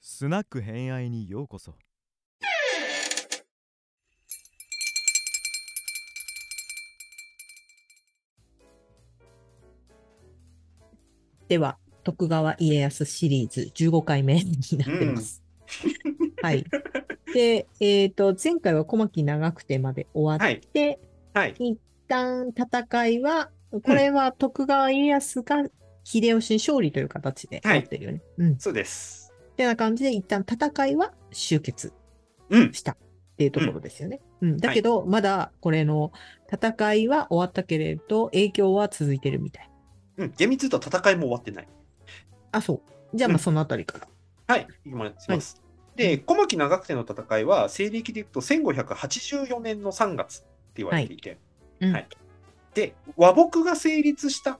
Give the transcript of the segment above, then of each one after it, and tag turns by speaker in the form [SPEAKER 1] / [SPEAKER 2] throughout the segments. [SPEAKER 1] スナック偏愛にようこそ
[SPEAKER 2] では、徳川家康シリーズ15回目になってます。はい。で、えっ、と、前回は小牧長久手まで終わって、
[SPEAKER 3] はい。
[SPEAKER 2] 一旦戦いは、これは徳川家康が秀吉に勝利という形で
[SPEAKER 3] はい
[SPEAKER 2] 終わってるよね。うん。
[SPEAKER 3] そうです。
[SPEAKER 2] ってな感じで、一旦戦いは終結
[SPEAKER 3] うん。
[SPEAKER 2] したっていうところですよね。うん。だけど、まだこれの戦いは終わったけれど、影響は続いてるみたい。
[SPEAKER 3] うん。厳密に言うと戦いも終わってない。
[SPEAKER 2] あ、そう。じゃあ、ま
[SPEAKER 3] う
[SPEAKER 2] あ、
[SPEAKER 3] ん
[SPEAKER 2] そのあたりから。
[SPEAKER 3] はい。今やってます。で、小牧長久手の戦いは、西暦で言うと1584年の3月って言われていて、
[SPEAKER 2] うん
[SPEAKER 3] はいで、和睦が成立した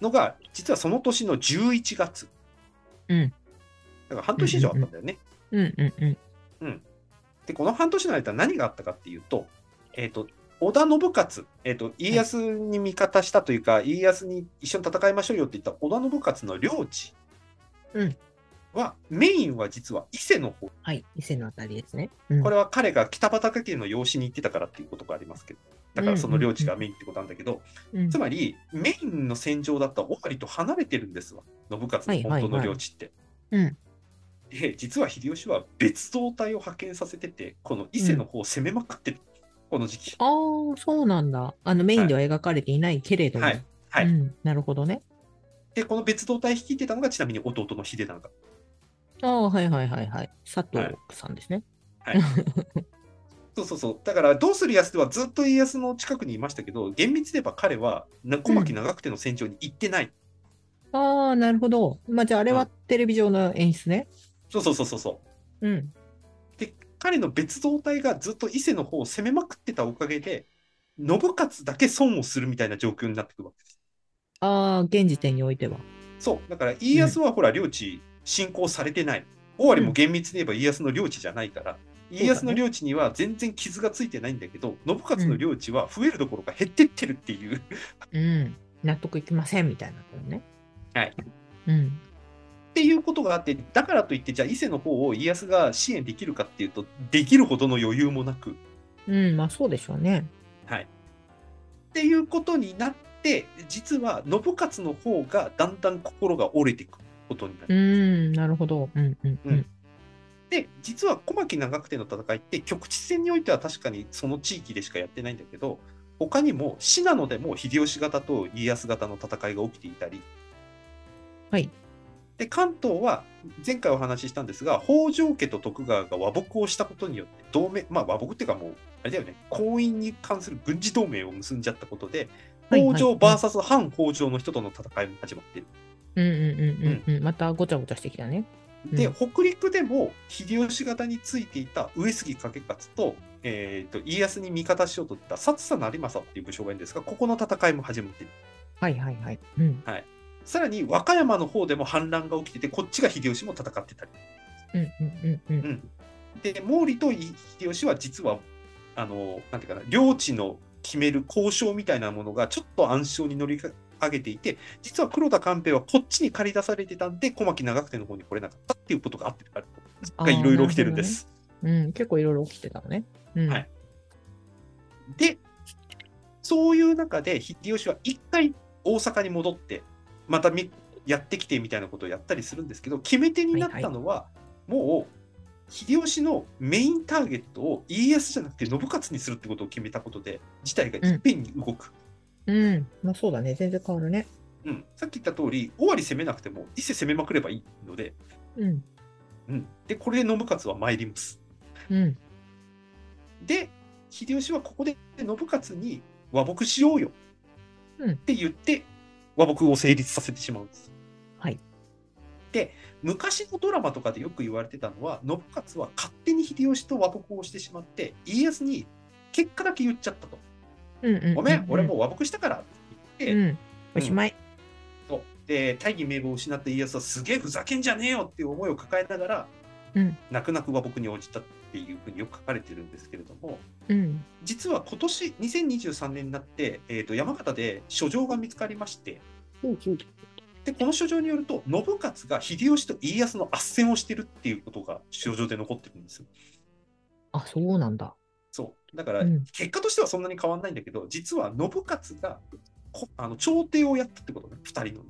[SPEAKER 3] のが、実はその年の11月。
[SPEAKER 2] うん。
[SPEAKER 3] だから半年以上あったんだよね。
[SPEAKER 2] うんうんうん。
[SPEAKER 3] で、この半年の間何があったかっていうと、えっ、と、織田信勝、えっ、と、家康に味方したというか、家康に一緒に戦いましょうよって言った織田信勝の領地
[SPEAKER 2] うん
[SPEAKER 3] は、メインは実は伊勢の方。
[SPEAKER 2] はい。伊勢のあたりですね。うん
[SPEAKER 3] これは彼が北畠家の養子に行ってたからっていうことがありますけど、だからその領地がメインってことなんだけど、
[SPEAKER 2] うん
[SPEAKER 3] つまりメインの戦場だった尾張と離れてるんですわ、信勝
[SPEAKER 2] はい
[SPEAKER 3] の
[SPEAKER 2] はい
[SPEAKER 3] 本当の領地って。
[SPEAKER 2] うん
[SPEAKER 3] で、実は秀吉は別動隊を派遣させてて、この伊勢の方を攻めまくってる、この時期。
[SPEAKER 2] ああ、そうなんだ。あのメインでは描かれていないけれども。
[SPEAKER 3] はい。はい
[SPEAKER 2] うん、なるほどね。
[SPEAKER 3] で、この別動隊率いてたのが、ちなみに弟の秀長。
[SPEAKER 2] ああ、はいはいはいはい。佐
[SPEAKER 3] は
[SPEAKER 2] 藤
[SPEAKER 3] い
[SPEAKER 2] さんですね。
[SPEAKER 3] そうそうそう。だから、どうする安ではずっと家康の近くにいましたけど、厳密で言えば彼はな小牧長久手の戦場に行ってない。
[SPEAKER 2] ああ、なるほど。まあじゃああれ
[SPEAKER 3] う
[SPEAKER 2] は
[SPEAKER 3] ん
[SPEAKER 2] テレビ上の演出ね。
[SPEAKER 3] そうそうそうそうそう。
[SPEAKER 2] うん。
[SPEAKER 3] で彼の別動隊がずっと伊勢の方を攻めまくってたおかげで信勝だけ損をするみたいな状況になってくるわけです。
[SPEAKER 2] ああ、現時点においては。
[SPEAKER 3] そうだから家康はほら領地侵攻されてない、尾張も厳密に言えば家康の領地じゃないから、家康の領地には全然傷がついてないんだけど信勝の領地は増えるどころか減ってってるっていう、
[SPEAKER 2] うん。納得いきませんみたいなことね。
[SPEAKER 3] はい。
[SPEAKER 2] うん。
[SPEAKER 3] っていうことがあってだからといってじゃあ伊勢の方を家康が支援できるかっていうとできるほどの余裕もなく
[SPEAKER 2] うん、まあそうでしょうね。
[SPEAKER 3] っていうことになって実は信勝の方がだんだん心が折れていくことにな
[SPEAKER 2] う
[SPEAKER 3] る。
[SPEAKER 2] ん、なるほど。うんうんうん。
[SPEAKER 3] で実は小牧長久手の戦いって局地戦においては確かにその地域でしかやってないんだけど他にも信濃でも秀吉方と家康方の戦いが起きていたり。
[SPEAKER 2] はい
[SPEAKER 3] で関東は前回お話ししたんですが北条家と徳川が和睦をしたことによって同盟まあ和睦っていうかもうあれだよね婚姻に関する軍事同盟を結んじゃったことで
[SPEAKER 2] はいはい
[SPEAKER 3] 北条 VS 反北条の人との戦いも始まってる。
[SPEAKER 2] うんうんうんうんうん。またごちゃごちゃしてきたね。うん
[SPEAKER 3] で、北陸でも秀吉方についていた上杉景勝と,、えー、と家康に味方しようといった薩佐成政っていう武将がいるんですがここの戦いも始まっている
[SPEAKER 2] はいはいはい。うん
[SPEAKER 3] さらに和歌山の方でも反乱が起きててこっちが秀吉も戦ってたり、
[SPEAKER 2] うんうんうんうん。
[SPEAKER 3] で毛利と秀吉は実はあのなんていうかな領地の決める交渉みたいなものがちょっと暗礁に乗り上げていて実は黒田官兵衛はこっちに駆り出されてたんで小牧長久手の方に来れなかったっていうことがあってあるがいろいろ起きてるんで
[SPEAKER 2] あー。なほどね
[SPEAKER 3] す。
[SPEAKER 2] うん、結構いろいろ起きてたのね。うん、
[SPEAKER 3] はいで、そういう中で秀吉は一回大阪に戻って、またみやってきてみたいなことをやったりするんですけど、決め手になったのは、もう秀吉のメインターゲットを家康じゃなくて信勝にするってことを決めたことで、事態がいっぺんに動く。
[SPEAKER 2] うん、まあそうだね、全然変わるね。
[SPEAKER 3] うんさっき言った通り、尾張攻めなくても伊勢攻めまくればいいので、
[SPEAKER 2] うん、
[SPEAKER 3] うん、でこれで信勝は参ります。
[SPEAKER 2] うん、
[SPEAKER 3] で、秀吉はここで信勝に和睦しようよ
[SPEAKER 2] うん
[SPEAKER 3] って言って、和睦を成立させてしまうんです。
[SPEAKER 2] はい。
[SPEAKER 3] で、昔のドラマとかでよく言われてたのは、信勝は勝手に秀吉と和睦をしてしまって、家康に結果だけ言っちゃったと。
[SPEAKER 2] うん、うん。
[SPEAKER 3] ごめん、俺
[SPEAKER 2] う
[SPEAKER 3] もう和睦したからって言って、
[SPEAKER 2] ん、おしまい。
[SPEAKER 3] そうで大義名分を失った家康はすげえふざけんじゃねえよっていう思いを抱えながら、
[SPEAKER 2] うん
[SPEAKER 3] 泣く泣く和睦に応じたっていうふうによく書かれてるんですけれども、
[SPEAKER 2] うん、
[SPEAKER 3] 実は今年2023年になって、えー、と山形で書状が見つかりましてでこの書状によると信勝が秀吉と家康の圧戦をしてるっていうことが書状で残ってるんですよ。
[SPEAKER 2] あ、そうなんだ。
[SPEAKER 3] そうだから
[SPEAKER 2] うん
[SPEAKER 3] 結果としてはそんなに変わらないんだけど実は信勝がこあの朝廷をやったってことね2人のね、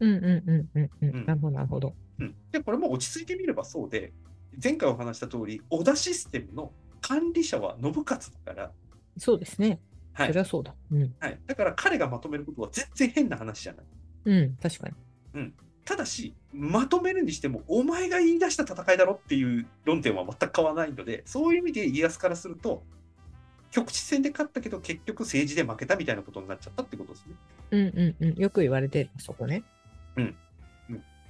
[SPEAKER 2] うんうんうんうんうん。
[SPEAKER 3] うん
[SPEAKER 2] なるほど、なるほど。
[SPEAKER 3] うん。でこれも落ち着いてみればそうで前回お話した通り織田システムの管理者は信勝だから、
[SPEAKER 2] そうですね。
[SPEAKER 3] は
[SPEAKER 2] そ
[SPEAKER 3] い
[SPEAKER 2] りゃそうだ。うん。
[SPEAKER 3] はい、だから彼がまとめることは全然変な話じゃない。
[SPEAKER 2] うん、確かに。
[SPEAKER 3] ただし、まとめるにしても、お前が言い出した戦いだろっていう論点は全く変わらないので、そういう意味で家康からすると、局地戦で勝ったけど、結局政治で負けたみたいなことになっちゃったってことですね。
[SPEAKER 2] うんうんうん。よく言われてる、そこね。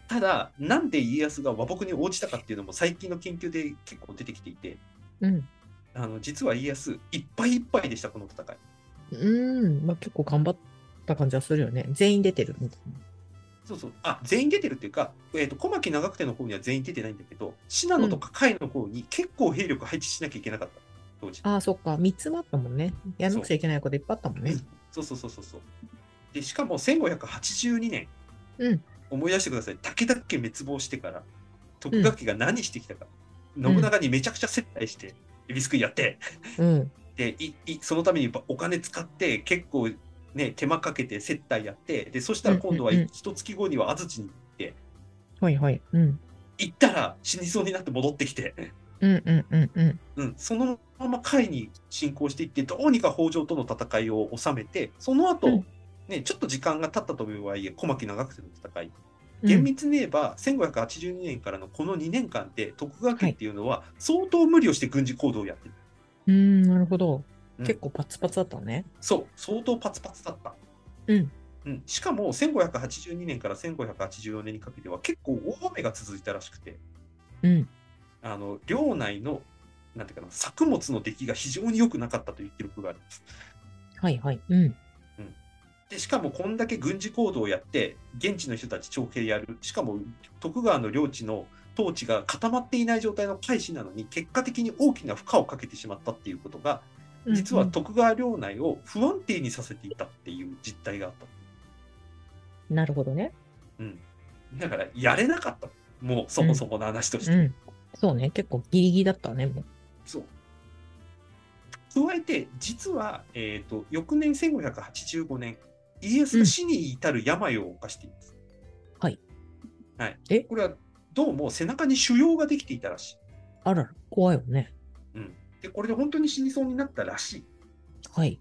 [SPEAKER 3] ただ、なんで家康が和睦に応じたかっていうのも、最近の研究で結構出てきていて、
[SPEAKER 2] うん。
[SPEAKER 3] あの実は家康、いっぱいいっぱいでした、この戦い。
[SPEAKER 2] うん、まあ結構頑張った感じはするよね。全員出てる。
[SPEAKER 3] そうそうあ全員出てるっていうか、えー、と小牧長久手の方には全員出てないんだけど、信濃とか甲斐の方に結構兵力配置しなきゃいけなかった、当時。
[SPEAKER 2] ああ、そっか。3つもあったもんね。やんなくちゃいけないこといっぱいあったもんね。
[SPEAKER 3] そうそうそうそうそう。でしかも1582年、
[SPEAKER 2] うん
[SPEAKER 3] 思い出してください、武田家滅亡してから、徳川家が何してきたか、信長にめちゃくちゃ接待して、エビスクイやって、
[SPEAKER 2] うん。
[SPEAKER 3] でいいそのためにばお金使って、結構、ね、手間かけて接待やって、でそしたら今度は
[SPEAKER 2] うんうんうん
[SPEAKER 3] 一月後には安土に行って、
[SPEAKER 2] はいはい。うん。
[SPEAKER 3] 行ったら死にそうになって戻ってきて、
[SPEAKER 2] うんうんうんうん。
[SPEAKER 3] うん、そのまま甲斐に進行していってどうにか北条との戦いを収めてその後、
[SPEAKER 2] うん
[SPEAKER 3] ねちょっと時間が経ったとはいえ小牧長久手の戦い厳密に言えば1582年からのこの2年間で徳川家っていうのは相当無理をして軍事行動をやってる、
[SPEAKER 2] うん、うんなるほど。
[SPEAKER 3] うん
[SPEAKER 2] 結構パツパツだったね。
[SPEAKER 3] そう相当パツパツだった、
[SPEAKER 2] うん
[SPEAKER 3] うん、しかも1582年から1584年にかけては結構大雨が続いたらしくて
[SPEAKER 2] うん。
[SPEAKER 3] あの領内のなんていうかな作物の出来が非常に良くなかったという記録があります
[SPEAKER 2] はいはい。うん。
[SPEAKER 3] でしかもこんだけ軍事行動をやって現地の人たち徴兵やるしかも徳川の領地の統治が固まっていない状態の開始なのに結果的に大きな負荷をかけてしまったっていうことが実は
[SPEAKER 2] うん
[SPEAKER 3] 徳川領内を不安定にさせていたっていう実態があった、
[SPEAKER 2] うんなるほどね。
[SPEAKER 3] うん、だからやれなかったもうそもそもの話として、
[SPEAKER 2] うん。そうね。結構ギリギリだったね。もう
[SPEAKER 3] そう加えて実は、えー、と翌年1585年家康が死に至る病を犯しています、
[SPEAKER 2] はい、
[SPEAKER 3] はい、
[SPEAKER 2] え
[SPEAKER 3] これはどうも背中に腫瘍ができていたらしい、
[SPEAKER 2] あらら、怖いよね。
[SPEAKER 3] うん、でこれで本当に死にそうになったらしいっ
[SPEAKER 2] はい。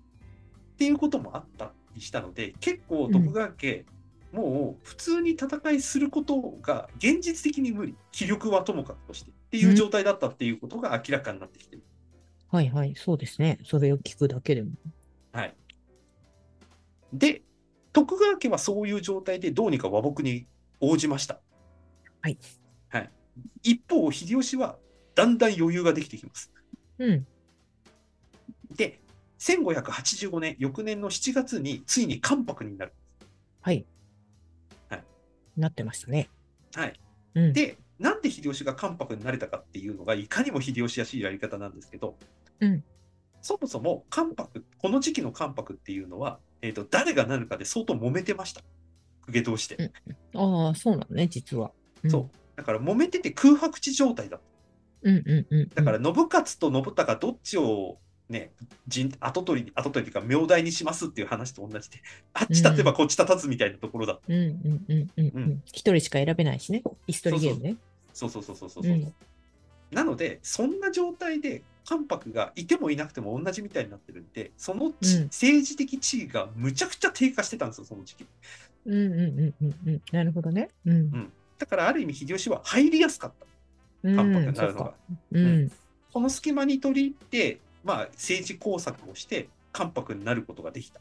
[SPEAKER 3] ていうこともあったりしたので結構徳川家、もう普通に戦いすることが現実的に無理気力はともかくとしてっていう状態だったっていうことが明らかになってきてる、
[SPEAKER 2] はいはい。そうですね。それを聞くだけでも。
[SPEAKER 3] はい。で、徳川家はそういう状態でどうにか和睦に応じました。
[SPEAKER 2] はい。
[SPEAKER 3] はい、一方、秀吉はだんだん余裕ができてきます。
[SPEAKER 2] うん。
[SPEAKER 3] で、1585年、翌年の7月についに関白になる。
[SPEAKER 2] はい。
[SPEAKER 3] はい
[SPEAKER 2] なってましたね。
[SPEAKER 3] はい、
[SPEAKER 2] うん。
[SPEAKER 3] で、なんで秀吉が関白になれたかっていうのが、いかにも秀吉らしいやり方なんですけど、
[SPEAKER 2] うん
[SPEAKER 3] そもそも関白、この時期の関白っていうのは、えー、と誰がなるかで相当揉めてました、公家同士で。
[SPEAKER 2] ああ、そうなのね、実は。ん
[SPEAKER 3] そう。だから揉めてて空白地状態だっ
[SPEAKER 2] うんうんうん。
[SPEAKER 3] た。だから、信勝と信孝どっちをね、人後取り、後取りというか、名代にしますっていう話と同じで、あっち立てばこっち立たずみたいなところだ。
[SPEAKER 2] うんうんうんうんう。
[SPEAKER 3] うん
[SPEAKER 2] 一人しか選べないしね、椅子取りゲームね。
[SPEAKER 3] そうそうそうそうそうそう。
[SPEAKER 2] うん
[SPEAKER 3] なので、そんな状態で、関白がいてもいなくても同じみたいになってるんで、その地、
[SPEAKER 2] うん
[SPEAKER 3] 政治的地位がむちゃくちゃ低下してたんですよ、その時期。
[SPEAKER 2] うんうんうんうんうん。なるほどね。うん。
[SPEAKER 3] だから、ある意味、秀吉は入りやすかった、
[SPEAKER 2] うん、
[SPEAKER 3] 関白になるの
[SPEAKER 2] そ
[SPEAKER 3] が。
[SPEAKER 2] っかうん。
[SPEAKER 3] この隙間に取り入って、まあ、政治工作をして、関白になることができた。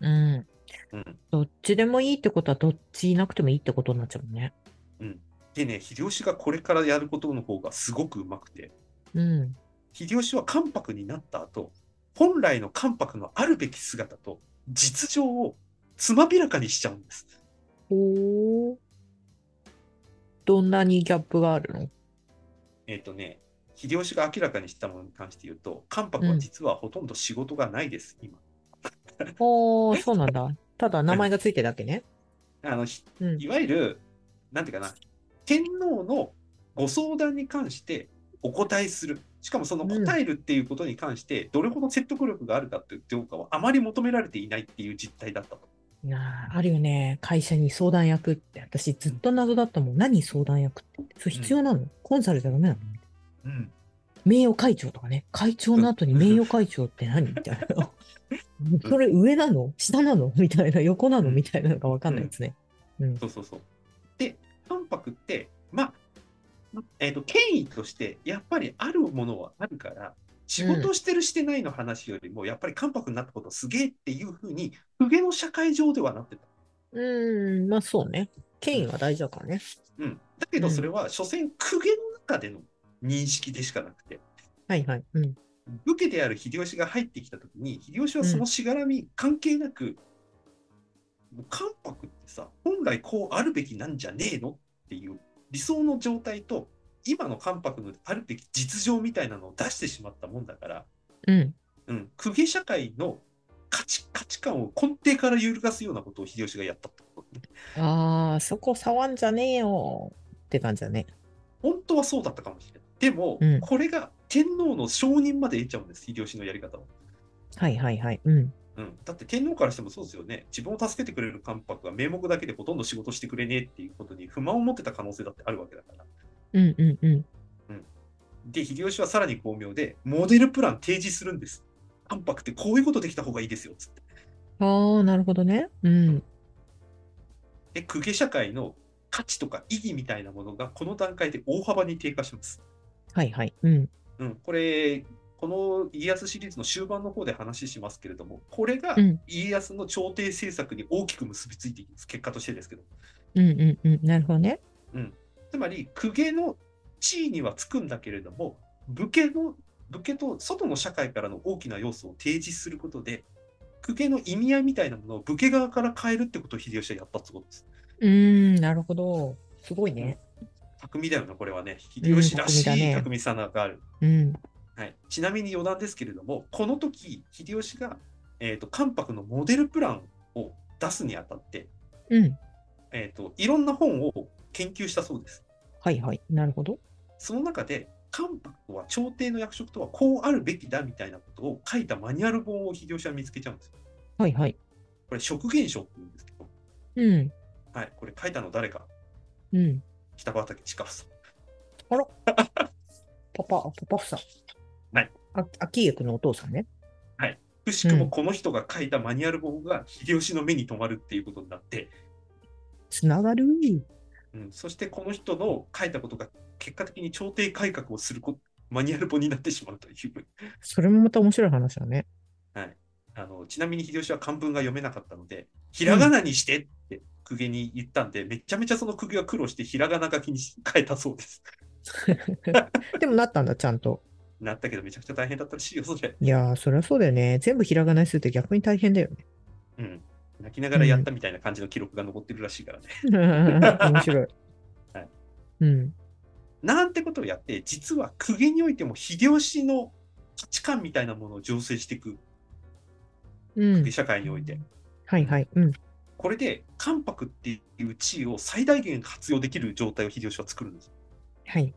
[SPEAKER 2] うん。
[SPEAKER 3] うん
[SPEAKER 2] どっちでもいいってことは、どっちいなくてもいいってことになっちゃうもんね。
[SPEAKER 3] でね、秀吉がこれからやることの方がすごくうまくて、
[SPEAKER 2] うん。
[SPEAKER 3] 秀吉は関白になった後、本来の関白のあるべき姿と実情をつまびらかにしちゃうんです。
[SPEAKER 2] ほー。どんなにギャップがあるの
[SPEAKER 3] えっ、とね、秀吉が明らかにしたものに関して言うと、関白は実はほとんど仕事がないです、今。
[SPEAKER 2] おー、そうなんだ。ただ名前がついてるだけね。
[SPEAKER 3] あのひ
[SPEAKER 2] うん
[SPEAKER 3] いわゆる、なんていうかな、天皇のご相談に関してお答えする。しかもその答えるっていうことに関して、どれほど説得力があるかっていう評価はあまり求められていないっていう実態だったと。
[SPEAKER 2] いやーあるよね。会社に相談役って。私ずっと謎だったもん。何相談役って。それ必要なの、コンサルじゃダメなの
[SPEAKER 3] うん、
[SPEAKER 2] 名誉会長とかね。会長の後に名誉会長って何みたいな。それ上なの下なのみたいな。横なのみたいなのがわかんないですね。
[SPEAKER 3] そうそうそう。で、関白って、まあ、えーと、権威としてやっぱりあるものはあるから、仕事してるしてないの話よりも、やっぱり関白になったことすげえっていうふうに、公家の社会上ではなってた。
[SPEAKER 2] うん、まあそうね。権威は大事だからね。
[SPEAKER 3] うん、だけどそれは所詮公家の中での認識でしかなくて
[SPEAKER 2] はいはい。うん。
[SPEAKER 3] 武家である秀吉が入ってきた時に秀吉はそのしがらみ関係なく、もう関白ってさ本来こうあるべきなんじゃねえのっていう理想の状態と今の関白のあるべき実情みたいなのを出してしまったもんだから、
[SPEAKER 2] うん。
[SPEAKER 3] うん、公家社会の価値価値観を根底から揺るがすようなことを秀吉がやったってことね。
[SPEAKER 2] ああ、そこ触んじゃねえよって感じだね。
[SPEAKER 3] 本当はそうだったかもしれない。でも、
[SPEAKER 2] うん
[SPEAKER 3] これが天皇の承認まで得ちゃうんです、秀吉のやり方は。
[SPEAKER 2] はいはいはい。うん。
[SPEAKER 3] うん、だって天皇からしてもそうですよね。自分を助けてくれる関白が名目だけでほとんど仕事してくれねえっていうことに不満を持ってた可能性だってあるわけだから。
[SPEAKER 2] うんうんうん。
[SPEAKER 3] で、秀吉はさらに巧妙で、モデルプラン提示するんです。関白ってこういうことできた方がいいですよ、つって。
[SPEAKER 2] ああ、なるほどね。うん。
[SPEAKER 3] で、公家社会の価値とか意義みたいなものがこの段階で大幅に低下します。
[SPEAKER 2] はいはい。うん。
[SPEAKER 3] うん、これ、この家康シリーズの終盤の方で話しますけれども、これが
[SPEAKER 2] うん
[SPEAKER 3] 家康の朝廷政策に大きく結びついていきます、結果としてですけど。
[SPEAKER 2] うんうんうん。なるほどね。
[SPEAKER 3] つまり、公家の地位にはつくんだけれども、武家の武家と外の社会からの大きな要素を提示することで、公家の意味合いみたいなものを武家側から変えるってことを秀吉はやったってことです。
[SPEAKER 2] うーん、なるほど。すごいね。
[SPEAKER 3] 巧みだよね、これはね。秀吉らし
[SPEAKER 2] 巧みだ
[SPEAKER 3] い
[SPEAKER 2] ね
[SPEAKER 3] 巧みさがある。
[SPEAKER 2] うん。
[SPEAKER 3] はい、ちなみに余談ですけれども、この時秀吉が、えー、と関白のモデルプランを出すにあたって、
[SPEAKER 2] うん。
[SPEAKER 3] えーと、いろんな本を研究したそうです。
[SPEAKER 2] はいはい。なるほど。
[SPEAKER 3] その中で、関白は朝廷の役職とはこうあるべきだみたいなことを書いたマニュアル本を秀吉は見つけちゃうんですよ。
[SPEAKER 2] はいはい。
[SPEAKER 3] これ、職現書って言うんですけど、
[SPEAKER 2] うん。
[SPEAKER 3] はい、これ書いたの誰か、
[SPEAKER 2] うん。
[SPEAKER 3] 北畠親夫さん。
[SPEAKER 2] パパ、パパフさん。
[SPEAKER 3] はい。
[SPEAKER 2] あ、秋江君のお父さんね。
[SPEAKER 3] くしくもこの人が書いたマニュアル本が秀吉の目に留まるっていうことになって、
[SPEAKER 2] つながる。
[SPEAKER 3] うん、そしてこの人の書いたことが結果的に朝廷改革をするこマニュアル本になってしまうという
[SPEAKER 2] それもまた面白い話 だね。
[SPEAKER 3] あのちなみに秀吉は漢文が読めなかったのでひらがなにしてって公家に言ったんで、めちゃめちゃその公家は苦労してひらがな書きに変えたそうです。
[SPEAKER 2] でもなったんだ、ちゃんと。
[SPEAKER 3] なったけどめちゃくちゃ大変だったらしいよそれ、
[SPEAKER 2] いやー、そりゃそうだよね。全部ひらがなにすると逆に大変 だよね。
[SPEAKER 3] うん。泣きながらやったみたいな感じの記録が残ってるらしいからね。
[SPEAKER 2] 面白い
[SPEAKER 3] はい。
[SPEAKER 2] うん。
[SPEAKER 3] なんてことをやって実は公家においても秀吉の価値観みたいなものを醸成していく
[SPEAKER 2] う
[SPEAKER 3] 公
[SPEAKER 2] ん
[SPEAKER 3] 家。社会において。
[SPEAKER 2] はいはい。うん。
[SPEAKER 3] これで関白っていう地位を最大限活用できる状態を秀吉は作るんです。
[SPEAKER 2] はい。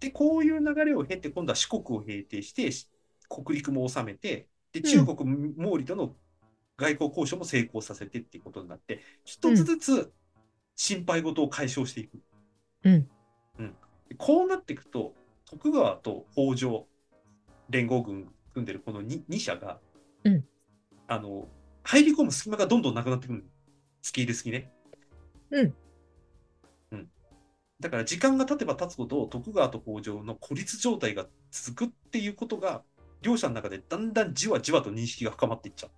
[SPEAKER 3] で、こういう流れを経て、今度は四国を平定して、し国陸も治めて、で、中国、毛利との外交交渉も成功させてっていうことになって、一つずつ心配事を解消していく。
[SPEAKER 2] うん
[SPEAKER 3] うんでこうなっていくと、徳川と北条連合軍組んでるこの 2, 二社が、
[SPEAKER 2] うん
[SPEAKER 3] あの、入り込む隙間がどんどんなくなってくる。付け入る隙ね。
[SPEAKER 2] うん。
[SPEAKER 3] うん。だから時間が経てば経つほど、徳川と北条の孤立状態が続くっていうことが、両者の中でだんだんじわじわと認識が深まっていっちゃ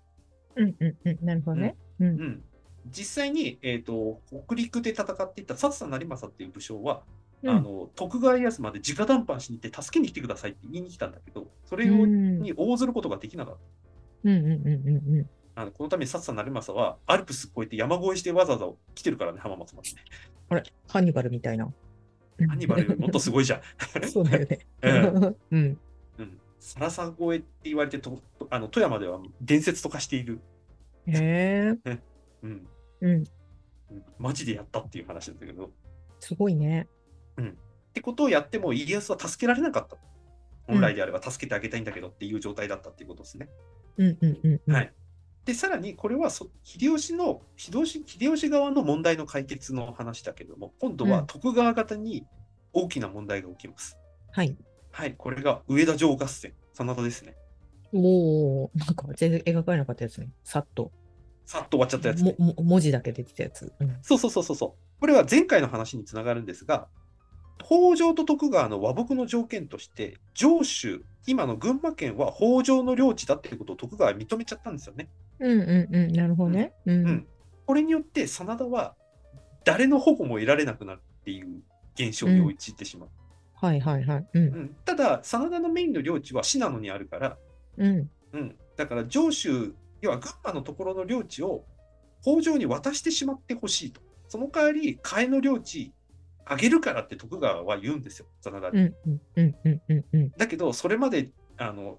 [SPEAKER 3] う。
[SPEAKER 2] うんうんうん。なるほどね。うん
[SPEAKER 3] うん、実際に、えー、と北陸で戦っていった薩佐成政っていう武将は、
[SPEAKER 2] うん
[SPEAKER 3] あの徳川家康まで直談判しに行って助けに来てくださいって言いに来たんだけどそれを、
[SPEAKER 2] うん
[SPEAKER 3] に応ずることができなかっ
[SPEAKER 2] うんうんうんうんうん。
[SPEAKER 3] たあのこのため薩佐成政はアルプス越えて山越えしてわざわざ来てるからね浜松までね
[SPEAKER 2] あれ、ハンニバルみたいな。
[SPEAKER 3] ハンニバルよりもっとすごいじゃん
[SPEAKER 2] そうだよね。
[SPEAKER 3] うん
[SPEAKER 2] うん。
[SPEAKER 3] うん、サラサ越えって言われてととあの富山では伝説とかしている、
[SPEAKER 2] へえ。
[SPEAKER 3] うん、
[SPEAKER 2] うん。
[SPEAKER 3] うんマジでやったっていう話なんだけど、っ
[SPEAKER 2] すごいね。
[SPEAKER 3] てことをやっても家康は助けられなかった。本来であれば助けてあげたいんだけどっていう状態だったっていうことですね。
[SPEAKER 2] うんうんうんうん。
[SPEAKER 3] はい。で、さらにこれはそ秀吉の秀吉、秀吉側の問題の解決の話だけども、今度
[SPEAKER 2] う
[SPEAKER 3] は
[SPEAKER 2] ん
[SPEAKER 3] 徳川方に大きな問題が起きます。
[SPEAKER 2] はい。
[SPEAKER 3] はい、これが上田城合戦、真田ですね。
[SPEAKER 2] おー、なんか全然描かれなかったやつね。さっと。
[SPEAKER 3] さっと終わっちゃったやつね、
[SPEAKER 2] もも文字だけ出てたやつ。うん。
[SPEAKER 3] そうそうそうそうそう。これは前回の話につながるんですが、北条と徳川の和睦の条件として、上州、今の群馬県は北条の領地だっていうことを徳川は認めちゃったんですよね。
[SPEAKER 2] うんうんうん。なるほどね。うん。
[SPEAKER 3] うんこれによって真田は誰の保護も得られなくなるっていう現象に陥ってしまう。
[SPEAKER 2] はいはいはい。うん。
[SPEAKER 3] うんただ、真田のメインの領地は信濃にあるから、
[SPEAKER 2] うん。
[SPEAKER 3] うん、だから上州、要は群馬のところの領地を北条に渡してしまってほしいと。その代わり、替えの領地あげるからって徳川は言うんですよ、真田に。
[SPEAKER 2] うんうんうんうんうんうん。
[SPEAKER 3] だけど、それまで、あの、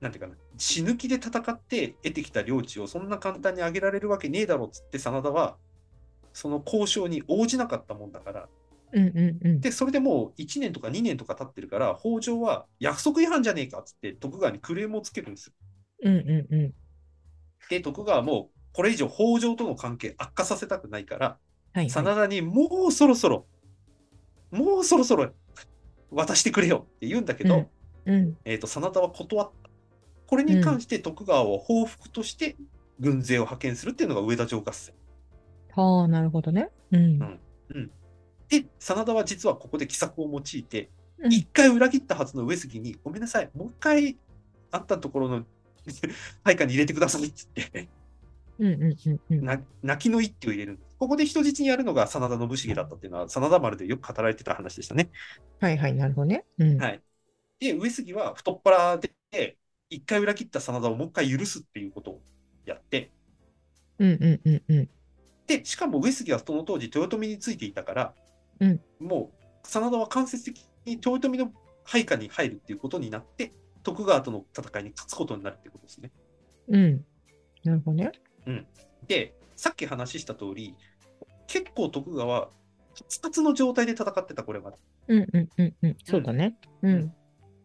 [SPEAKER 3] なんていうかな、死ぬ気で戦って得てきた領地をそんな簡単にあげられるわけねえだろっつって、真田は、その交渉に応じなかったもんだから、
[SPEAKER 2] うんうんうん。
[SPEAKER 3] で、それでもう1年とか2年とか経ってるから、北条は約束違反じゃねえかっつって、徳川にクレームをつけるんですよ。
[SPEAKER 2] うんうんうん。
[SPEAKER 3] で、徳川もこれ以上北条との関係悪化させたくないから、
[SPEAKER 2] はい
[SPEAKER 3] 真
[SPEAKER 2] はい。
[SPEAKER 3] 田にもうそろそろ、もうそろそろ渡してくれよって言うんだけど、
[SPEAKER 2] うんうん。
[SPEAKER 3] えー、と真田は断った。これに関して徳川を報復として軍勢を派遣するっていうのが上田城合戦。
[SPEAKER 2] はあ、なるほどね。うん。
[SPEAKER 3] で、真田は実はここで奇策を用いて、
[SPEAKER 2] うん
[SPEAKER 3] 一回裏切ったはずの上杉に、ごめんなさい、もう一回あったところの 配下に入れてくださいっつって、
[SPEAKER 2] うんうんうんうん。
[SPEAKER 3] な泣きの一手を入れる。ここで人質にやるのが真田信繁だったっていうのは、真田丸でよく語られてた話でしたね。
[SPEAKER 2] はいはい、なるほどね。うん。
[SPEAKER 3] はいで、上杉は太っ腹で、一回裏切った真田をもう一回許すっていうことをやって、
[SPEAKER 2] うんうんうんうん。
[SPEAKER 3] で、しかも上杉はその当時、豊臣についていたから、
[SPEAKER 2] うん
[SPEAKER 3] もう真田は間接的に豊臣の配下に入るっていうことになって、徳川との戦いに勝つことになるってことですね。
[SPEAKER 2] うん。なるほどね。
[SPEAKER 3] で、さっき話した通り、結構徳川は、カツカツの状態で戦ってた、これまで。
[SPEAKER 2] うんうんうんうん。そうだね。うん。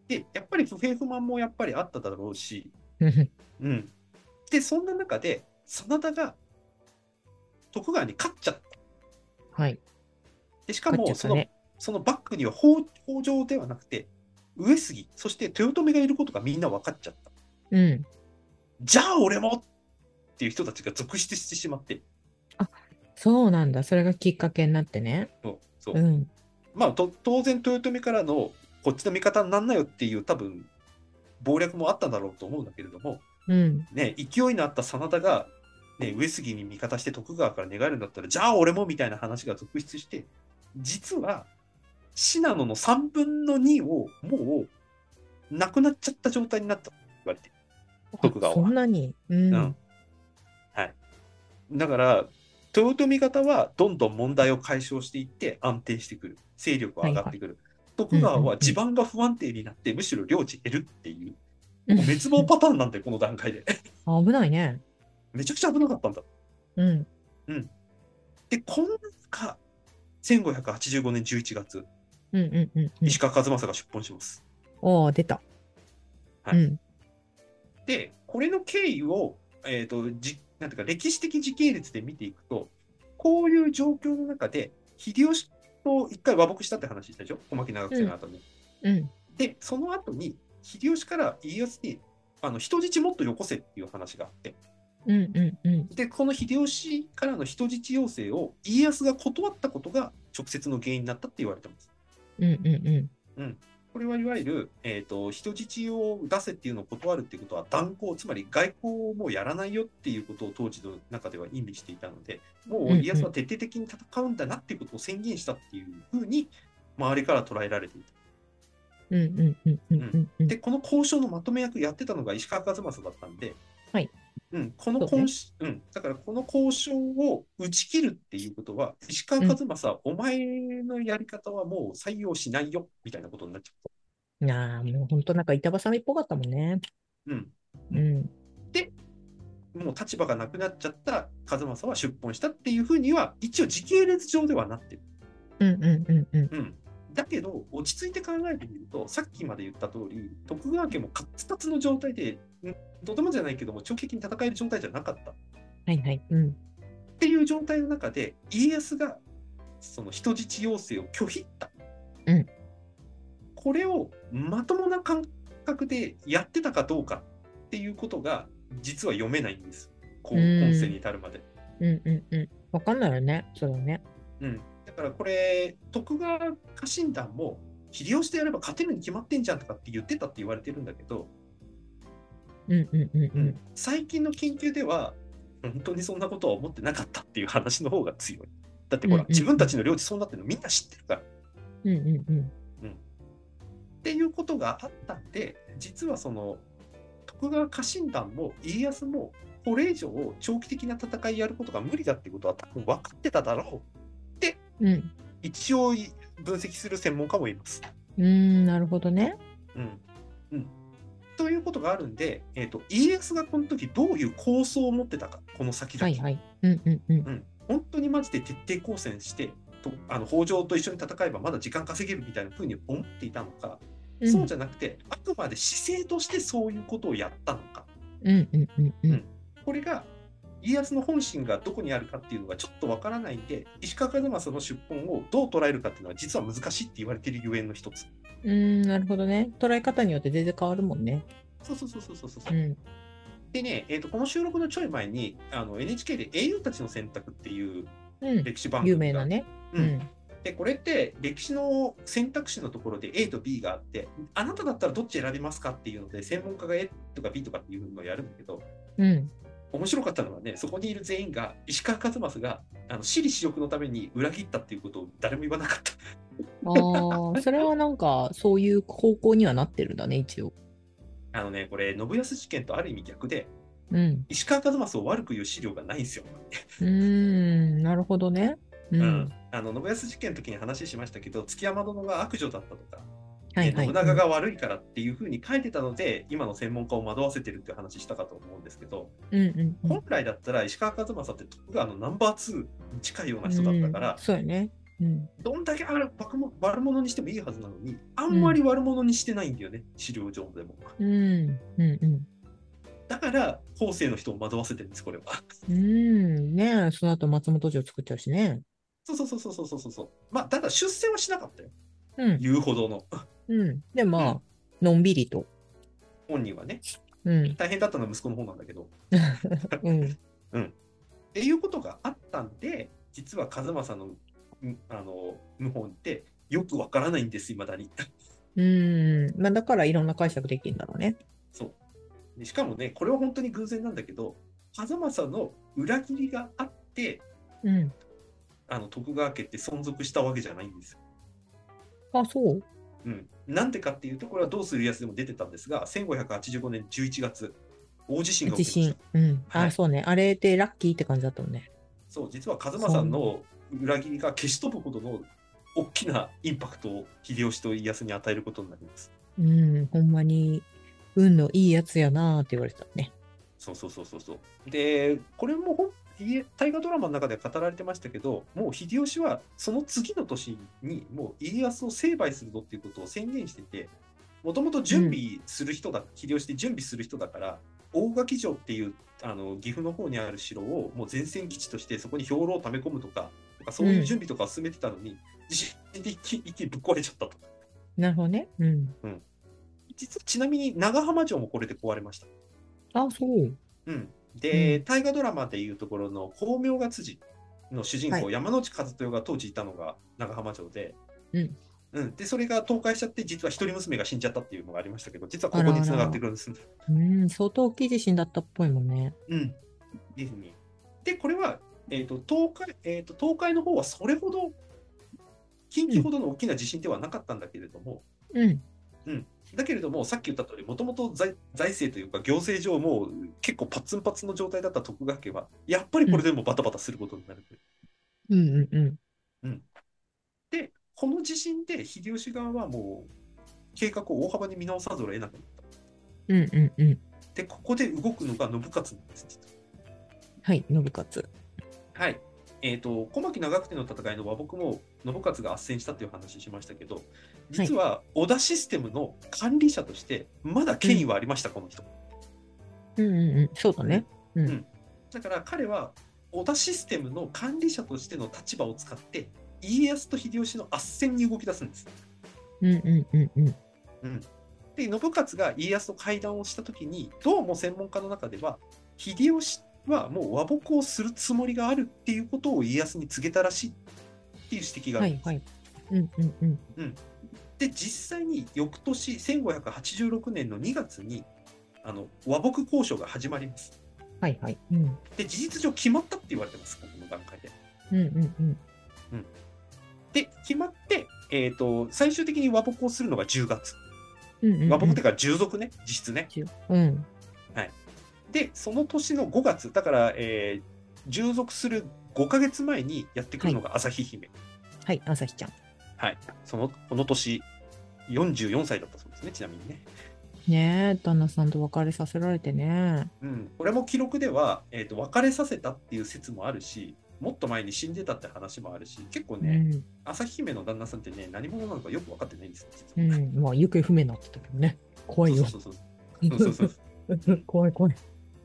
[SPEAKER 3] で、やっぱり不平不満もやっぱりあっただろうし、
[SPEAKER 2] うん
[SPEAKER 3] うん。で、そんな中で、真田が徳川に勝っちゃった。
[SPEAKER 2] はい。
[SPEAKER 3] で、しか
[SPEAKER 2] 勝
[SPEAKER 3] も、
[SPEAKER 2] っちゃ
[SPEAKER 3] そ
[SPEAKER 2] っ
[SPEAKER 3] の
[SPEAKER 2] たね。
[SPEAKER 3] そのバックには北北条ではなくて、上杉、そして豊臣がいることがみんな分かっちゃった。
[SPEAKER 2] うん。
[SPEAKER 3] じゃあ俺もっていう人たちが続出してしまって、
[SPEAKER 2] そうなんだ。それがきっかけになってね。
[SPEAKER 3] そうそう
[SPEAKER 2] うん。
[SPEAKER 3] まあ、と当然豊臣からのこっちの味方になんなよっていう多分謀略もあったんだろうと思うんだけれども、
[SPEAKER 2] うん。
[SPEAKER 3] ね、勢いのあった真田が、ね、上杉に味方して徳川から寝返るんだったら、じゃあ俺もみたいな話が続出して、実は信濃の3分の2をもうなくなっちゃった状態になったと言われてる徳川は
[SPEAKER 2] そんなに。うん。
[SPEAKER 3] うんはい。だから、豊臣方はどんどん問題を解消していって安定してくる。勢力は上がってくる。徳川
[SPEAKER 2] うんうんう
[SPEAKER 3] は
[SPEAKER 2] ん
[SPEAKER 3] 地盤が不安定になって、むしろ領地減るっていう、
[SPEAKER 2] うん
[SPEAKER 3] 滅亡パターンなんだよ、この段階で。
[SPEAKER 2] 危ないね。
[SPEAKER 3] めちゃくちゃ危なかったんだ。
[SPEAKER 2] うん。
[SPEAKER 3] で、こんな中、1585年11月、
[SPEAKER 2] うんうんうんうん。
[SPEAKER 3] 石川数正が出奔します。
[SPEAKER 2] おお、出た。
[SPEAKER 3] は
[SPEAKER 2] う
[SPEAKER 3] い
[SPEAKER 2] ん。
[SPEAKER 3] で、これの経緯を、えっ、と、じなんていうか、歴史的時系列で見ていくと、こういう状況の中で、秀吉と一回和睦したって話したでしょ、小牧長久手の後に。
[SPEAKER 2] うん。
[SPEAKER 3] で、その後に、秀吉から家康に、あの人質もっとよこせっていう話があって、
[SPEAKER 2] うんうんうん。
[SPEAKER 3] で、この秀吉からの人質要請を家康が断ったことが直接の原因になったって言われてます。
[SPEAKER 2] うんうんうん。
[SPEAKER 3] これはいわゆる、えー、と人質を出せっていうのを断るっていうことは断交、つまり外交をもうやらないよっていうことを当時の中では意味していたので、もう家康は徹底的に戦うんだなっていうことを宣言したっていうふうに周りから捉えられていた。
[SPEAKER 2] うんうんうんうんうんうん。
[SPEAKER 3] で、この交渉のまとめ役やってたのが石川数正だったんで、
[SPEAKER 2] はい
[SPEAKER 3] うん、この
[SPEAKER 2] そうね
[SPEAKER 3] 交渉、うん、だからこの交渉を打ち切るっていうことは、石川数正はお前のやり方はもう採用しないよみたいなことになっちゃっ
[SPEAKER 2] なあ、もう本当なんか板挟みっぽかったもんね。
[SPEAKER 3] た。うん
[SPEAKER 2] うん。
[SPEAKER 3] もう立場がなくなっちゃった数正は出奔したっていうふうには一応時系列上ではなってる。
[SPEAKER 2] うんうんうんうん。
[SPEAKER 3] うん、だけど落ち着いて考えてみるとさっきまで言った通り徳川家もカツカツの状態でうんとてもじゃないけども長期的に戦える状態じゃなかったっ
[SPEAKER 2] はいはい。うん。
[SPEAKER 3] ていう状態の中で家康がその人質要請を拒否った、
[SPEAKER 2] うん
[SPEAKER 3] これをまともな感覚でやってたかどうかっていうことが実は読めないんですこう
[SPEAKER 2] うん
[SPEAKER 3] 本戦に至るまで。
[SPEAKER 2] うんうんうん。わかんないよね。そうだね。
[SPEAKER 3] うん、だからこれ徳川家臣団も秀吉とやれば勝てるに決まってんじゃんとかって言ってたって言われてるんだけど、
[SPEAKER 2] うんうんうんうん。
[SPEAKER 3] 最近の研究では本当にそんなことは思ってなかったっていう話の方が強い。だってほ
[SPEAKER 2] うん
[SPEAKER 3] ら
[SPEAKER 2] うん
[SPEAKER 3] 自分たちの領地そうなってるのみんな知ってるから。
[SPEAKER 2] うんうんうん。
[SPEAKER 3] っていうことがあったんで実はその徳川家臣団も家康もこれ以上長期的な戦いやることが無理だってことは多分分かってただろう
[SPEAKER 2] うん。
[SPEAKER 3] 一応分析する専門家もいます。
[SPEAKER 2] うーん、なるほどね。
[SPEAKER 3] うんうん、ということがあるんで、えー、と家康がこの時どういう構想を持ってたかこの先々、
[SPEAKER 2] はいはい。うんうんうん。
[SPEAKER 3] うん、本当にマジで徹底抗戦してとあの北条と一緒に戦えばまだ時間稼げるみたいな風に思っていたのか、
[SPEAKER 2] うん
[SPEAKER 3] そうじゃなくてあくまで姿勢としてそういうことをやったのか
[SPEAKER 2] うんうんうんう
[SPEAKER 3] うんん。これが家康の本心がどこにあるかっていうのがちょっとわからないんで石川数正の出奔をどう捉えるかっていうのは実は難しいって言われているゆえんの一つ。
[SPEAKER 2] うーん、なるほどね。捉え方によって全然変わるもんね。
[SPEAKER 3] そうそうそうそうそうそう
[SPEAKER 2] うん。
[SPEAKER 3] でね、えー、とこの収録のちょい前にあの NHK で「英雄たちの選択」っていう
[SPEAKER 2] うん。
[SPEAKER 3] 歴史番組
[SPEAKER 2] 有
[SPEAKER 3] が
[SPEAKER 2] 名なね。
[SPEAKER 3] う、
[SPEAKER 2] うんん。
[SPEAKER 3] でこれって歴史の選択肢のところで A と B があってあなただったらどっち選びますかっていうので専門家が A とか B とかっていうのをやるんだけど
[SPEAKER 2] うん。
[SPEAKER 3] 面白かったのはねそこにいる全員が石川数正があの私利私欲のために裏切ったっていうことを誰も言わなかった。
[SPEAKER 2] ああ、それはなんか、そういう方向にはなってるんだね、一応。
[SPEAKER 3] あのねこれ信康事件とある意味逆で
[SPEAKER 2] うん。
[SPEAKER 3] 石川数正を悪く言う資料がないんですよ。
[SPEAKER 2] うーん、なるほどね。う。
[SPEAKER 3] うんあの信康事件の時に話しましたけど築山殿が悪女だったとか
[SPEAKER 2] はいはい。
[SPEAKER 3] 信長が悪いからっていうふうに書いてたので、今の専門家を惑わせてるっていう話したかと思うんですけど、
[SPEAKER 2] うんうんうん。
[SPEAKER 3] 本来だったら石川数正って徳川のナンバー2に近いような人だったから
[SPEAKER 2] うん、そうやね。うん。
[SPEAKER 3] どんだけあれ悪も悪者にしてもいいはずなのにあんまり悪者にしてないんだよね、資料上でも
[SPEAKER 2] うん。うんうん。
[SPEAKER 3] だから後世の人を惑わせてるんですこれは
[SPEAKER 2] うん。ねえその後松本城作っちゃうしね。
[SPEAKER 3] そうそうそうそうそうそうそうまあただ出世はしなかったよ
[SPEAKER 2] うん。
[SPEAKER 3] 言うほどの
[SPEAKER 2] うん。で、まあ、のんびりと。
[SPEAKER 3] 本人はね
[SPEAKER 2] うん。
[SPEAKER 3] 大変だったのは息子の方なんだけど
[SPEAKER 2] うん。
[SPEAKER 3] っていうことがあったんで実は風間さんのんあの謀反ってよくわからないんですいまだに
[SPEAKER 2] うん。まあ、だからいろんな解釈できるんだろうね。
[SPEAKER 3] そうでしかもねこれは本当に偶然なんだけど風間さんの裏切りがあって
[SPEAKER 2] うん。
[SPEAKER 3] あの徳川家って存続したわけじゃないんですよ、
[SPEAKER 2] あ、そう。
[SPEAKER 3] うん、なんでかっていうとこれは「どうする家康」でも出てたんですが1585年11月大地震が
[SPEAKER 2] 地
[SPEAKER 3] 起きまし
[SPEAKER 2] 震
[SPEAKER 3] た。
[SPEAKER 2] うん。
[SPEAKER 3] は
[SPEAKER 2] あ、
[SPEAKER 3] い
[SPEAKER 2] そうね。あれでラッキーって感じだったもんね。
[SPEAKER 3] そう実は風間さんの裏切りが消し飛ぶほどの大きなインパクトを秀吉と家康に与えることになります
[SPEAKER 2] うん。ほんまに、運のいいやつやなーって言われてたね。
[SPEAKER 3] そうそうそうそうそう。で、これもほんいえ大河ドラマの中では語られてましたけど、もう秀吉はその次の年に、もう家康を成敗するぞっていうことを宣言してて、もともと準備する人だ、秀吉って準備する人だから、大垣城っていうあの岐阜の方にある城をもう前線基地として、そこに兵糧を溜め込むとか、とかそういう準備とかを進めてたのに、地震で一気一気にぶっ壊れちゃったと。
[SPEAKER 2] なるほどね。うん。
[SPEAKER 3] 実はちなみに長浜城もこれで壊れました。
[SPEAKER 2] あ、そう。
[SPEAKER 3] うん、で、
[SPEAKER 2] うん
[SPEAKER 3] 大河ドラマでいうところの光明が辻の主人公、
[SPEAKER 2] は
[SPEAKER 3] 山内和豊が当時いたのが長浜城で、
[SPEAKER 2] うん
[SPEAKER 3] うんでそれが倒壊しちゃって実は一人娘が死んじゃったっていうのがありましたけど実はここに繋がってくるんです。
[SPEAKER 2] うん。相当大きい地震だったっぽいもんね。
[SPEAKER 3] うん、ですねでこれは、えーと東海えー、と東海の方はそれほど近畿ほどの大きな地震ではなかったんだけれども、
[SPEAKER 2] うん。
[SPEAKER 3] だけれども、さっき言った通り、もともと財財政というか、行政上、もう結構パツンパツンの状態だった徳川家は、やっぱりこれでもバタバタすることになる。
[SPEAKER 2] うんうんうん。
[SPEAKER 3] で、この地震で秀吉側はもう計画を大幅に見直さざるを得なくなっ
[SPEAKER 2] うんうんうん。
[SPEAKER 3] た。で、ここで動くのが信雄なんです、実は
[SPEAKER 2] はい、信勝。
[SPEAKER 3] はい。えっ、と、小牧長久手の戦いの和睦も信勝が斡旋したという話しましたけど、実は織田システムの管理者として、まだ権威はありました、この人。
[SPEAKER 2] うんうんうん、そうだね。うん
[SPEAKER 3] うんだから彼は織田システムの管理者としての立場を使って、家康と秀吉の斡旋に動き出すんです。
[SPEAKER 2] うんうんうんうん。
[SPEAKER 3] うん、で信勝が家康と会談をした時にどうも専門家の中では秀吉はもう和睦をするつもりがあるっていうことを家康に告げたらしいっていう指摘があ
[SPEAKER 2] は
[SPEAKER 3] るん
[SPEAKER 2] い
[SPEAKER 3] です、
[SPEAKER 2] はい。うんうんうん。
[SPEAKER 3] で実際に翌年1586年の2月にあの和睦交渉が始まります
[SPEAKER 2] はいはい。うん
[SPEAKER 3] で事実上決まったって言われてますこの段階で
[SPEAKER 2] うんうんうん。
[SPEAKER 3] で決まって、えー、と最終的に和睦をするのが10月
[SPEAKER 2] うんうんうん
[SPEAKER 3] 和睦っていうか従属ね実質ね
[SPEAKER 2] うん。
[SPEAKER 3] で、その年の5月、だから、えー従属する5ヶ月前にやってくるのが朝日姫。
[SPEAKER 2] はい、朝日ちゃん。
[SPEAKER 3] その、この年、44歳だったそうですね、ちなみにね。
[SPEAKER 2] ねえ、旦那さんと別れさせられてね。
[SPEAKER 3] うん。これも記録では、えっ、と、別れさせたっていう説もあるし、もっと前に死んでたって話もあるし、結構ね、朝日姫の旦那さんってね、何者なのかよく分かってないんですよ、
[SPEAKER 2] う
[SPEAKER 3] 実
[SPEAKER 2] ん。
[SPEAKER 3] は
[SPEAKER 2] うん。まあ、行方不明になってたけどね。怖いよ。
[SPEAKER 3] そうそうそうそう。そうそうそう。
[SPEAKER 2] 怖い怖い。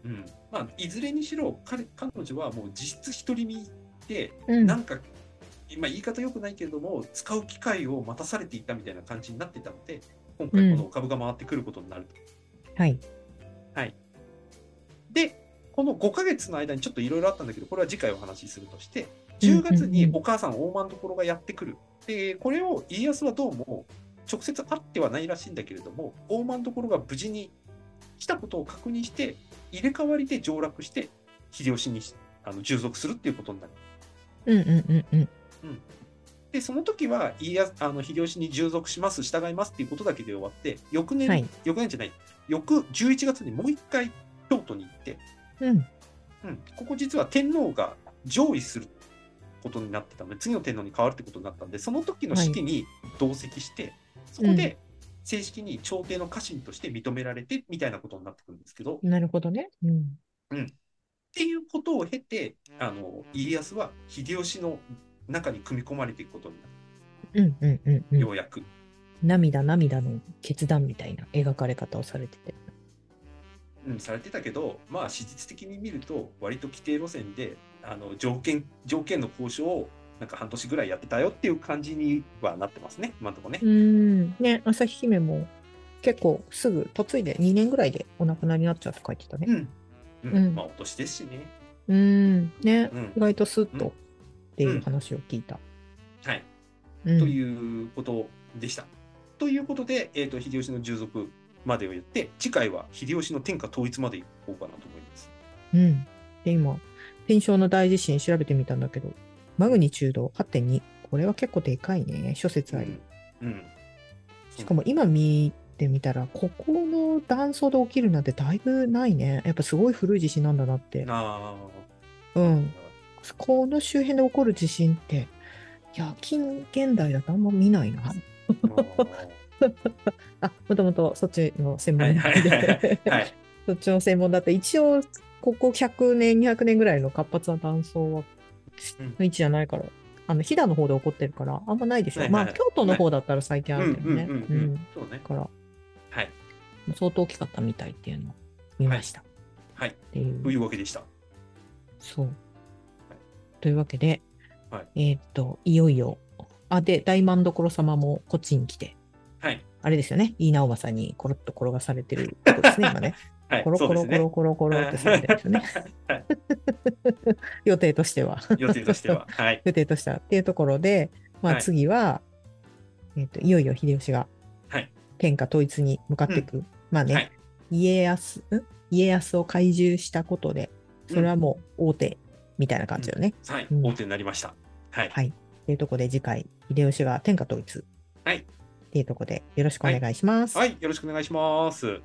[SPEAKER 3] うん。まあ、いずれにしろ、彼、彼女はもう実質独り身で、
[SPEAKER 2] うん。
[SPEAKER 3] なんか、今言い方良くないけれども、使う機会を待たされていたみたいな感じになっていたので、今回この株が回ってくることになると。
[SPEAKER 2] はい。
[SPEAKER 3] で、この5ヶ月の間にちょっといろいろあったんだけど、これは次回お話しするとして、
[SPEAKER 2] うんうんう
[SPEAKER 3] 10
[SPEAKER 2] ん
[SPEAKER 3] 月にお母さん大間のところがやってくる。で、これを家康はどうも直接会ってはないらしいんだけれども、大間のところが無事に来たことを確認して、入れ替わりで上洛して、秀吉にあの従属するっていうことになる。
[SPEAKER 2] うんうんうんうん。
[SPEAKER 3] で、その時は、家康あの秀吉に従属します、従いますっていうことだけで終わって、翌年、
[SPEAKER 2] はい
[SPEAKER 3] 翌年じゃない、翌11月にもう一回京都に行って、
[SPEAKER 2] うん。
[SPEAKER 3] うん、ここ実は天皇が上位することになってたので、次の天皇に変わるってことになったんで、その時の式に同席して、そこで正式に朝廷の家臣として認められてみたいなことになってくるんですけど、っ
[SPEAKER 2] なるほどね。うん。
[SPEAKER 3] ていうことを経て、あの家康は秀吉の中に組み込まれていくことにな
[SPEAKER 2] うんうんうん
[SPEAKER 3] る、
[SPEAKER 2] う
[SPEAKER 3] よ
[SPEAKER 2] ん。
[SPEAKER 3] うやく。
[SPEAKER 2] 涙涙の決断みたいな描かれ方をされてて。
[SPEAKER 3] うん、されてたけど、まあ、史実的に見ると、割と規定路線で、あの条件条件の交渉をなんか半年ぐらいやってたよっていう感じにはなってますね、今のとこね
[SPEAKER 2] う。ん。ね、朝日姫も結構すぐ嫁いで2年ぐらいでお亡くなりになっちゃうって書いてた
[SPEAKER 3] う
[SPEAKER 2] ね。
[SPEAKER 3] ん。うん
[SPEAKER 2] うん
[SPEAKER 3] まあ、お年ですしね。
[SPEAKER 2] うん。ね、
[SPEAKER 3] うん
[SPEAKER 2] 意外とスッと
[SPEAKER 3] うん
[SPEAKER 2] っていう話を聞いた。
[SPEAKER 3] はい。
[SPEAKER 2] と
[SPEAKER 3] ということでした。ということで、えー、と秀吉の従属までを言って、次回は秀吉の天下統一までいこうかなと思います。
[SPEAKER 2] うん。で、今、天正の大地震調べてみたんだけど、マグニチュード8.2。これは結構でかいね。諸説あり。
[SPEAKER 3] うん。うん
[SPEAKER 2] しかも今見てみたら、ここの断層で起きるなんてだいぶないね。やっぱすごい古い地震なんだなって。
[SPEAKER 3] あ
[SPEAKER 2] う
[SPEAKER 3] あ、
[SPEAKER 2] ん。この周辺で起こる地震って、いや、近現代だとあんま見ないな。あ、もともとそっちの専門
[SPEAKER 3] はいはいはいはい。はい。
[SPEAKER 2] そっちの専門だった。一応、ここ100年、200年ぐらいの活発な断層は、
[SPEAKER 3] うん
[SPEAKER 2] の位置じゃないから、あの、飛騨の方で起こってるから、あんまないでしょ。
[SPEAKER 3] ないない
[SPEAKER 2] まあ、京都の方だったら最近
[SPEAKER 3] う
[SPEAKER 2] あ
[SPEAKER 3] んう
[SPEAKER 2] る
[SPEAKER 3] ん
[SPEAKER 2] けどね。
[SPEAKER 3] うん
[SPEAKER 2] う
[SPEAKER 3] うんん。そうね
[SPEAKER 2] だ。から、
[SPEAKER 3] はい。
[SPEAKER 2] 相当大きかったみたいっていうのを見ました。
[SPEAKER 3] はい。
[SPEAKER 2] っていう。
[SPEAKER 3] というわけでした。
[SPEAKER 2] そう。というわけで、
[SPEAKER 3] は
[SPEAKER 2] えーっと、いよいよ、あ、で、大満所様もこっちに来て、
[SPEAKER 3] はい。
[SPEAKER 2] あれですよね、井伊直政にコロッと転がされてると こですね、今ね。
[SPEAKER 3] はい
[SPEAKER 2] コ。ロ
[SPEAKER 3] そう
[SPEAKER 2] コ
[SPEAKER 3] です
[SPEAKER 2] ロコ
[SPEAKER 3] ね
[SPEAKER 2] ロ。コロコロってされてるんですよね。
[SPEAKER 3] はい
[SPEAKER 2] 予定としては。
[SPEAKER 3] 予定としては。はい。
[SPEAKER 2] 予定としては。っていうところで、まあ、
[SPEAKER 3] はい
[SPEAKER 2] 次は、いえっといよいよ秀吉が
[SPEAKER 3] はい
[SPEAKER 2] 天下統一に向かっていく、まあね、
[SPEAKER 3] はい
[SPEAKER 2] 家康ん家康を懐柔したことで それはもう大手みたいな感じよね。
[SPEAKER 3] はい。
[SPEAKER 2] うん
[SPEAKER 3] 大手になりました。はい。
[SPEAKER 2] はい。っていうところで次回秀吉が天下統一、
[SPEAKER 3] はい
[SPEAKER 2] っていうところでよろしくお願いします。
[SPEAKER 3] はい。よろしくお願いします。